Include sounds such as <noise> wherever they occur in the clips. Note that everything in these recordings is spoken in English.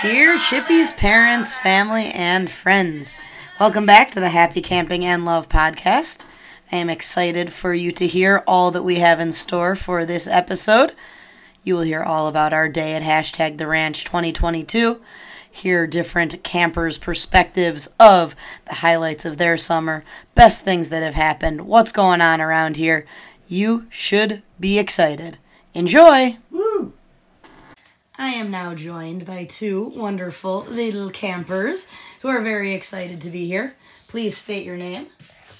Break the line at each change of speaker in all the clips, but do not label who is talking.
Shippy's parents, family, and friends. Welcome back to the Happy Camping and Love podcast. I am excited for you to hear all that we have in store for this episode. You will hear all about our day at hashtag the ranch 2022, hear different campers' perspectives of the highlights of their summer, best things that have happened, what's going on around here. You should be excited. Enjoy! Woo! I am now joined by two wonderful little campers who are very excited to be here. Please state your name.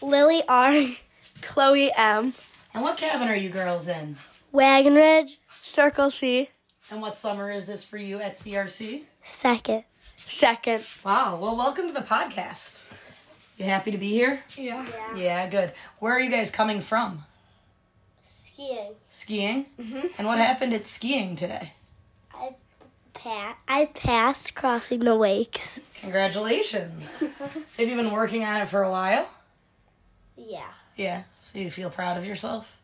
Lily R, Chloe M,
And what cabin are you girls in?
Wagon Ridge, Circle C,
And what summer is this for you at CRC?
second, second.
Wow, well, welcome to the podcast. You happy to be here?
Yeah.
Yeah, good. Where are you guys coming from?
Skiing.
Skiing? And what happened at skiing today?
I pa- I passed crossing the lakes. <laughs>
Congratulations. Have you been working on it for a while?
Yeah.
Yeah. So you feel proud of yourself?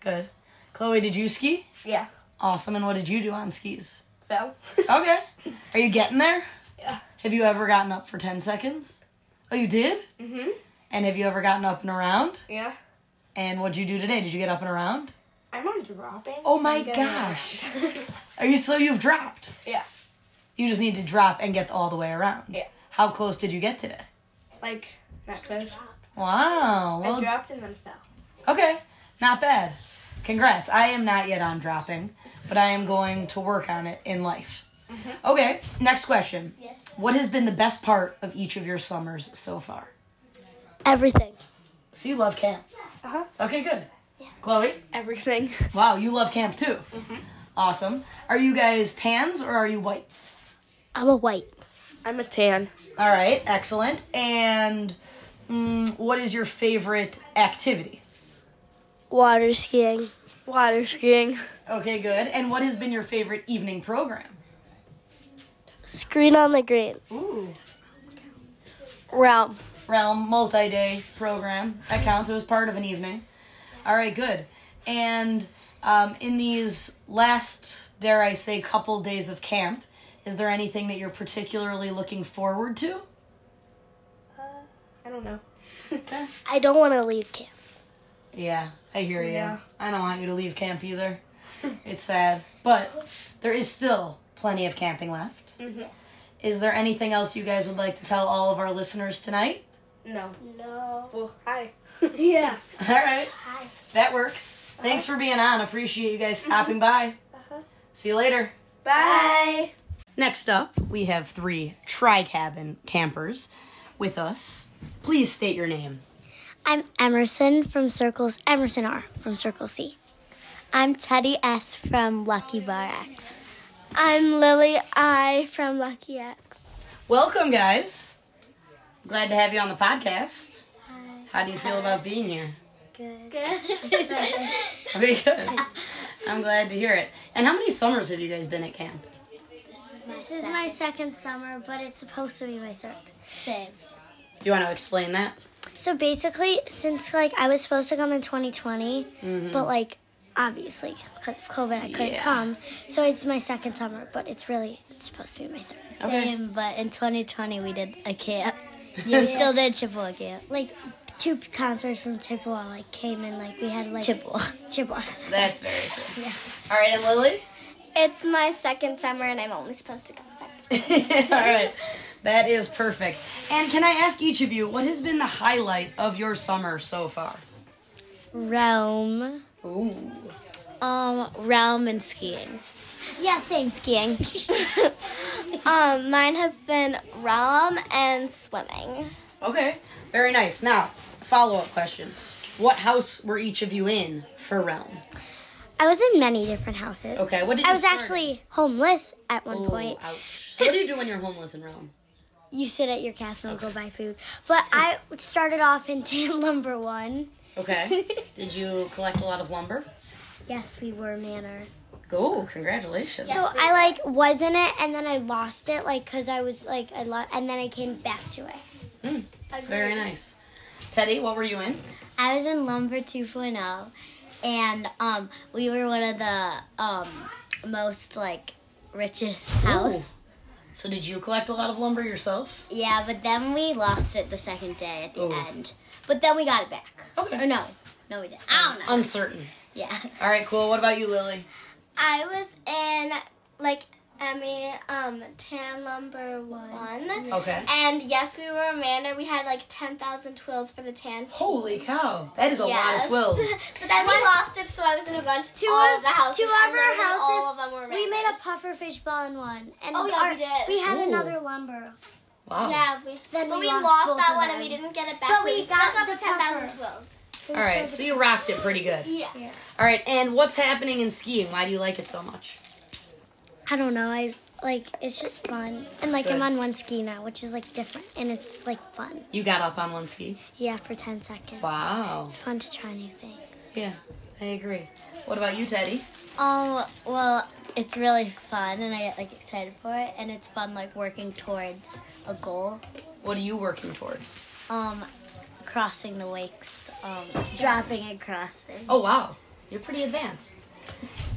Good. Chloe, did you ski?
Yeah.
Awesome. And what did you do on skis?
Fell. <laughs>
Okay. Are you getting there?
Yeah.
Have you ever gotten up for 10 seconds? Oh, you did? Mm hmm.
Mm-hmm.
And have you ever gotten up and around?
Yeah.
And what'd you do today? Did you get up and around?
I'm not dropping.
Oh my gosh. Are you so you've dropped?
Yeah.
You just need to drop and get all the way around.
Yeah.
How close did you get today?
Like not close.
Wow. Well,
dropped and then fell.
Okay, not bad. Congrats. I am not yet on dropping, but I am going to work on it in life. Okay, next question.
Mm-hmm. Yes.
What has been the best part of each of your summers so far?
Everything.
So you love camp.
Uh-huh.
Okay, good. Chloe?
Everything. <laughs>
Wow, you love camp too.
Mm-hmm.
Awesome. Are you guys tans or are you whites?
I'm a white. I'm a tan.
All right, excellent. And mm, what is your favorite activity?
Water skiing. Water skiing.
Okay, good. And what has been your favorite evening program?
Screen on the green.
Ooh.
Realm.
Realm multi day program. That counts. It was part of an evening. All right, good. And um, in these last, dare I say, couple days of camp, is there anything that you're particularly looking forward to?
I don't know.
Okay.
I don't want to leave camp.
Yeah, I hear you.
Yeah.
I don't want you to leave camp either. <laughs> it's sad, but there is still plenty of camping left. Is there anything else you guys would like to tell all of our listeners tonight?
No. No. Well, hi. <laughs> yeah.
All right. That works. Thanks for being on. Appreciate you guys stopping by. See you later.
Bye.
Next up, we have three tri cabin campers with us. Please state your name.
I'm Emerson from Circles Emerson R from Circle C. I'm Teddy S from Lucky Bar X. I'm Lily I from Lucky X.
Welcome, guys. Glad to have you on the podcast. How do you feel about being here?
Good.
Okay, good. I'm glad to hear it. And how many summers have you guys been at camp?
This is my second summer, but it's supposed to be my third. Same.
Do you want to explain that?
So basically, since like I was supposed to come in 2020, but like obviously because of COVID I couldn't
Yeah.
come. So it's my second summer, but it's really it's supposed to be my third.
Same,
but in 2020 we did a <laughs> camp. Yeah, we still did Chippewa camp. Like two concerts from Chippewa like came in like we had like Chippewa. Chippewa.
That's very true. All right, and Lily?
It's my second summer and I'm only supposed to come
<laughs>
second.
All right. That is perfect. And can I ask each of you, what has been the highlight of your summer so far?
Rome.
Ooh.
Um, realm and skiing. Yeah, same <laughs> skiing. um, mine has been realm and swimming.
Okay. Very nice. Now, follow up question. What house were each of you in for Realm?
I was in many different houses.
Okay, what did
I
you
was
start
actually homeless at one point.
Ooh, ouch. So what do you do when you're homeless in Realm?
You sit at your castle and go buy food. But I started off in <laughs> tan lumber one. <laughs>
Okay. Did you collect a lot of lumber?
Yes, we were manor.
Go, congratulations.
So I like was in it and then I lost it like cuz I was like I lost and then I came back to it.
Mm, very nice. Teddy, what were you in?
I was in Lumber 2.0, oh, and um, we were one of the um, most like richest house.
So did you collect a lot of lumber yourself?
Yeah, but then we lost it the second day at the
Oh.
end. But then we got it back.
Okay.
Or no, no, we didn't. I don't know.
Uncertain.
yeah. <laughs>
All right, cool. What about you, Lily?
I was in like Emmy um tan lumber one.
Okay.
And yes, we were Amanda. We had like ten thousand twills for the tan. team.
Holy cow. That is a
Yes.
lot of twills.
<laughs> but then we lost it, so I was in a bunch.
Two
all
of-
of the houses.
two of
and
our
literally All
houses,
of them were
We made a
Amandas.
pufferfish ball in one, and
Oh, yeah,
our-
we did.
We <laughs> had
Ooh.
another lumber.
Wow.
Yeah, we,
Then
but
we
we
lost
lost,
both
that
of
one and we
them.
didn't get it back.
But we
still
got
got,
the
the ten thousand
cover.
twills.
It
All
was
right, so
so
you rocked it pretty good.
Yeah.
All right, and what's happening in skiing? Why do you like it so much?
I don't know. I like it's just fun, and like I'm
Good.
on one ski now, which is like different, and it's like fun.
You got up on one ski.
Yeah, for ten seconds.
Wow.
It's fun to try new things.
Yeah, I agree. What about you, Teddy?
Um. Well, it's really fun, and I get like excited for it, and it's fun like working towards a goal.
What are you working towards?
Um, crossing the wakes, um, dropping and crossing.
Oh, wow. You're pretty advanced.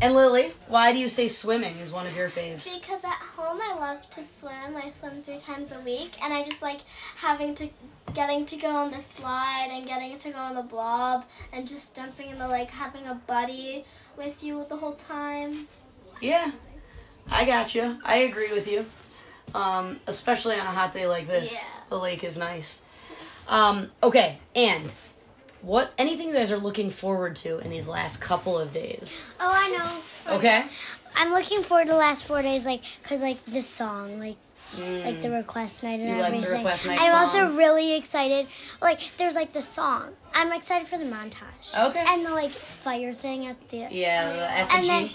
And Lily, why do you say swimming is one of your faves?
Because at home I love to swim. I swim three times a week, and I just like having to, getting to go on the slide and getting to go on the blob and just jumping in the lake, having a buddy with you the whole time.
Yeah, I got you. I agree with you. Um, especially on a hot day like this,
Yeah.
the lake is nice. Um, okay, and what anything you guys are looking forward to in these last couple of days?
Oh, I know.
Okay.
I'm looking forward to the last four days, like, cause like this song, like, like the request night and
Mm. You like the
everything.
request night
I'm
song.
also really excited. Like, there's like the song. I'm excited for the montage.
Okay.
And the like fire thing at the.
Yeah, the effigy.
And then,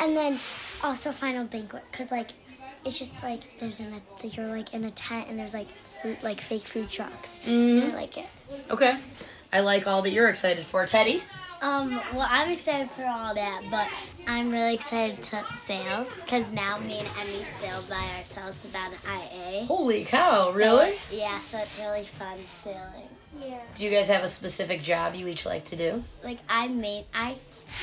and then, also final banquet, <laughs> cause like, it's just like there's an you're like in a tent and there's like food like fake food trucks.
Mm-hmm.
And I like it.
okay. I like all that you're excited for, Teddy.
Um, well, I'm excited for all that, but I'm really excited to sail because now me and Emmy sail by ourselves without an IA.
Holy cow! Really?
So, yeah, so it's really fun sailing.
Yeah.
Do you guys have a specific job you each like to do?
Like I main, I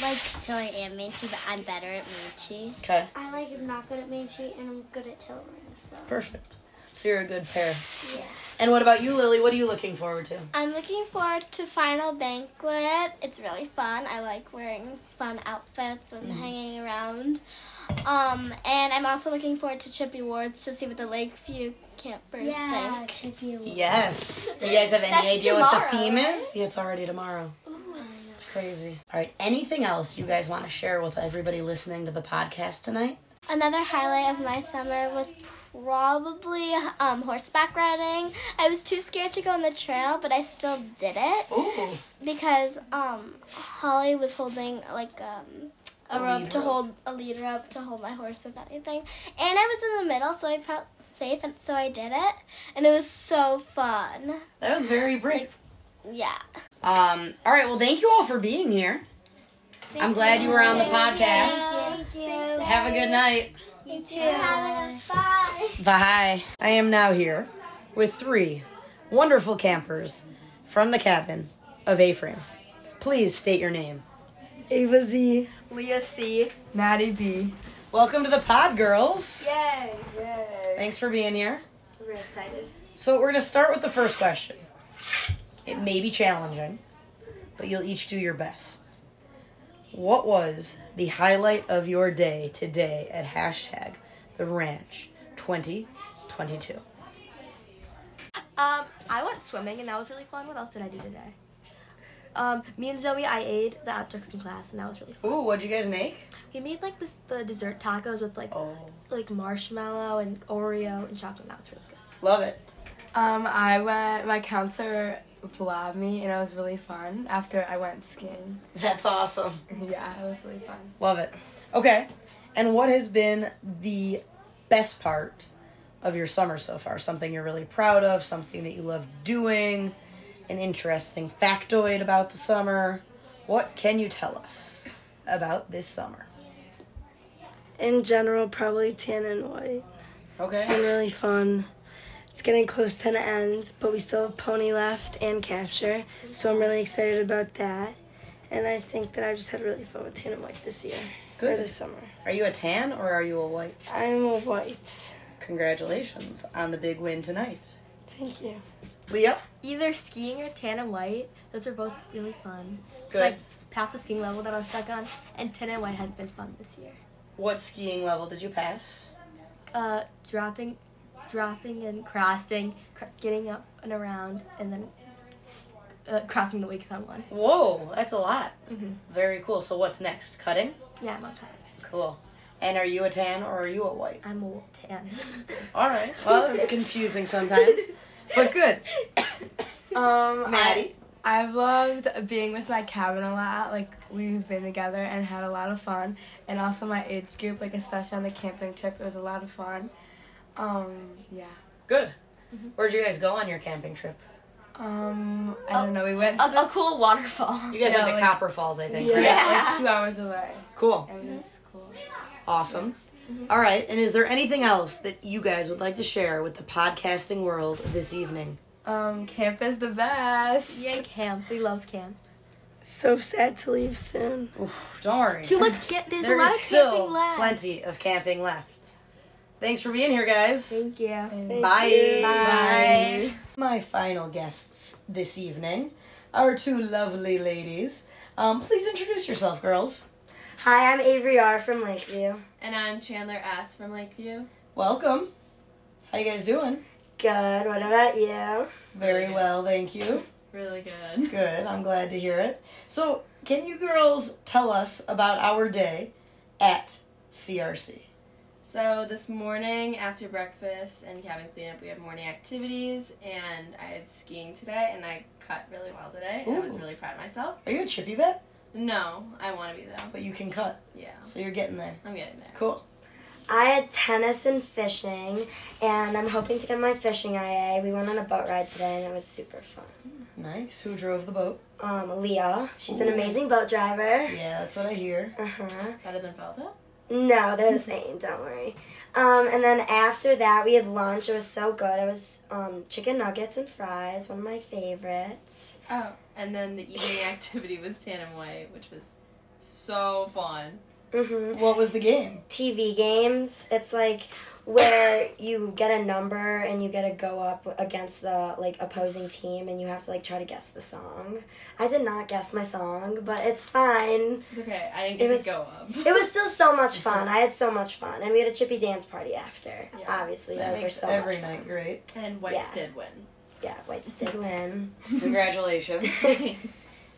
like till I am Manchi, but I'm better at Manchi.
Okay.
I like am not good at Manchi and I'm good at tailoring. So
Perfect. So you're a good pair.
yeah.
And what about you, Lily? What are you looking forward to?
I'm looking forward to final banquet. It's really fun. I like wearing fun outfits and
Mm-hmm.
hanging around. Um, and I'm also looking forward to Chippy Wards to see what the Lakeview campers think.
Yes. Do you guys have any
That's
idea what the
tomorrow,
theme
right? Oh
is? Yeah, it's already tomorrow. It's crazy. All right. Anything else you guys want to share with everybody listening to the podcast tonight?
Another highlight of my summer was probably um, horseback riding. I was too scared to go on the trail, but I still did it
Ooh.
because um, Holly was holding like um, a,
A
rope
lead
to
rope.
hold a lead rope to hold my horse if anything, and I was in the middle, so I felt safe, and so I did it, and it was so fun.
That was very brave.
Yeah.
Um. All right. Well, thank you all for being here. I'm glad you were on the podcast.
Thank you.
Have a good night.
You too. Having us. Bye.
Bye. I am now here with three wonderful campers from the cabin of A Frame. Please state your name. Ava Z.
Leah C. Maddie B.
Welcome to the pod, girls.
Yay! Yay!
Thanks for being here.
We're excited.
So, we're going to start with the first question. It may be challenging, but you'll each do your best. What was the highlight of your day today at hashtag the ranch 2022?
Um, I went swimming and that was really fun. What else did I do today? Um, me and Zoe, I ate the outdoor cooking class and that was really fun.
Ooh, what'd you guys make?
We made like this the dessert tacos with like
Oh.
like marshmallow and Oreo and chocolate. and That was really good.
Love it.
Um, I went. My counselor blabbed me, and it was really fun. After I went skiing,
That's awesome.
yeah, it was really fun.
Love it. Okay. And what has been the best part of your summer so far? Something you're really proud of, something that you love doing, an interesting factoid about the summer. What can you tell us about this summer?
in general, probably tan and white. Been
Okay.
really fun. It's getting close to the end, but we still have pony left and capture, so I'm really excited about that. And I think that I just had really fun with tan and white this year or
Good.
this summer.
Are you a tan or are you a white?
I'm a white.
Congratulations on the big win tonight.
Thank you.
Leah?
Either skiing or tan and white. Those are both really fun.
Good.
Like past the skiing level that I'm stuck on, and tan and white has been fun this year.
What skiing level did you pass?
Uh, dropping, dropping and crossing, cr- getting up and around, and then uh, crossing the wakes on one.
Whoa, that's a lot. Very cool. So what's next? Cutting?
Yeah, I'm on time.
Cool. And are you a tan or are you a white?
I'm a tan. <laughs>
All right. Well, it's confusing sometimes, <laughs> but good.
Um,
<coughs> Maddie?
I, I've loved being with my cabin a lot. Like we've been together and had a lot of fun, and also my age group. Like especially on the camping trip, it was a lot of fun. Um, yeah.
Good. Where'd you guys go on your camping trip?
Um, I don't know. We went.
a, a cool waterfall.
You guys
Yeah,
went to
like-
Copper Falls, I think.
yeah,
right?
like two hours away.
Cool.
It
Mm-hmm.
was cool.
Awesome. All right. And is there anything else that you guys would like to share with the podcasting world this evening?
Um, camp is the best.
Yay, camp. We love camp.
So sad to leave soon.
Oof, don't worry.
Too much. Get, there's
There
a lot
is
of
still
camping left.
plenty of camping left. Thanks for being here, guys.
Thank you.
Bye.
Bye.
My final guests this evening are two lovely ladies. Um, please introduce yourself, girls.
Hi, I'm Avery R. from Lakeview.
And I'm Chandler S. from Lakeview.
Welcome. How you guys doing?
Good. What about you?
Very well, thank you.
Really good.
<laughs> Good. I'm glad to hear it. So, can you girls tell us about our day at CRC?
So this morning after breakfast and cabin cleanup, we had morning activities, and I had skiing today, and I cut really well today, and I was
Ooh.
really proud of myself.
Are you a chippy vet?
No, I want to be though.
But you can cut,
Yeah,
so you're getting there.
I'm getting there.
Cool.
I had tennis and fishing, and I'm hoping to get my fishing IA. We went on a boat ride today, and it was super fun.
Nice. Who drove the boat?
Um, Leah, she's an amazing boat driver.
Yeah, that's what I hear.
Uh huh.
Better than Velda.
No, they're
<laughs>
the same. Don't worry. Um, and then after that, we had lunch. It was so good. It was um, chicken nuggets and fries, one of my favorites.
Oh, and then the <laughs> evening activity was tan and white, which was so fun.
Mm-hmm.
What was the game?
TV games. It's like where you get a number and you get to go up against the like opposing team and you have to like try to guess the song. I did not guess my song, but it's fine.
It's okay. I didn't
It
get
was-
to go up.
It was still so much fun. I had so much fun, and we had a chippy dance party after.
Yeah.
Obviously, those were
makes
so
every
much fun.
night
<laughs>
great.
And Whites
Yeah.
did win.
Yeah, whites did win.
Congratulations.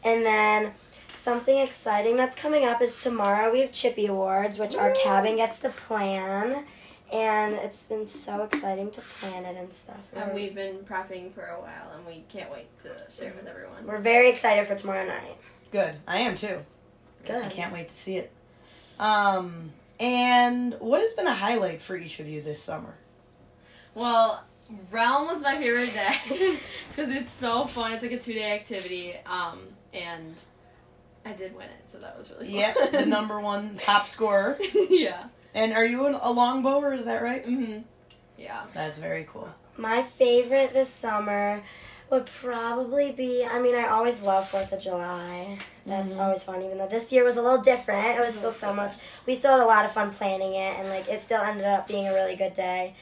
And then something exciting that's coming up is tomorrow we have Chippy Awards, which our cabin gets to plan. And it's been so exciting to plan it and stuff.
And we've been prepping for a while, and we can't wait to share with everyone.
We're very excited for tomorrow night.
Good. I am too.
Good.
I can't wait to see it. Um, and what has been a highlight for each of you this summer?
Well, Realm was my favorite day <laughs> because it's so fun. It's like a two day activity, um, and I did win it, so that was really
Yeah,
fun.
<laughs>
the number one top scorer.
<laughs> yeah.
And are you an, a longbower? Is that right?
hmm Yeah.
That's very cool.
My favorite this summer would probably be I mean, I always love 4th of July. That's always fun, even though this year was a little different. It was still so much. We still had a lot of fun planning it, and like it still ended up being a really good day.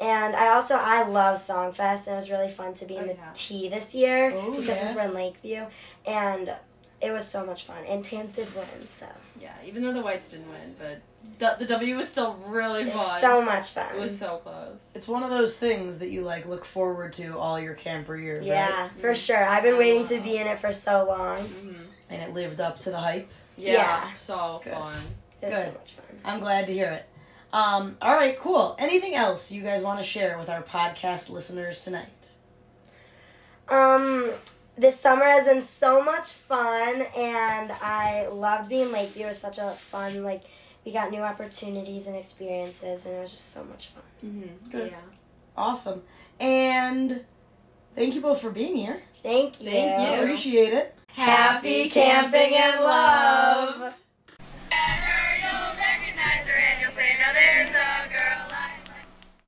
And I also I love Songfest, and it was really fun to be in
Oh,
the
yeah.
tea this year
Oh,
because since we're in Lakeview, and it was so much fun. And Tans did win, so
Yeah. Even though the Whites didn't win, but the, the W was still really
it
fun.
was so much fun.
it was so close.
It's one of those things that you like look forward to all your camper years, right?
yeah, for sure. I've been waiting to be in it for so long.
Mm-hmm.
And it lived up to the hype.
Yeah,
Yeah.
So
Good.
fun.
It was so
Good.
much fun.
I'm glad to hear it. Um, all right, cool. Anything else you guys want to share with our podcast listeners tonight?
Um, this summer has been so much fun, and I loved being in Lakeview. It was such a fun, like, we got new opportunities and experiences, and it was just so much fun.
Mm-hmm.
Good.
Yeah.
Awesome. And thank you both for being here.
Thank you.
Thank you.
Appreciate it.
Happy camping and love.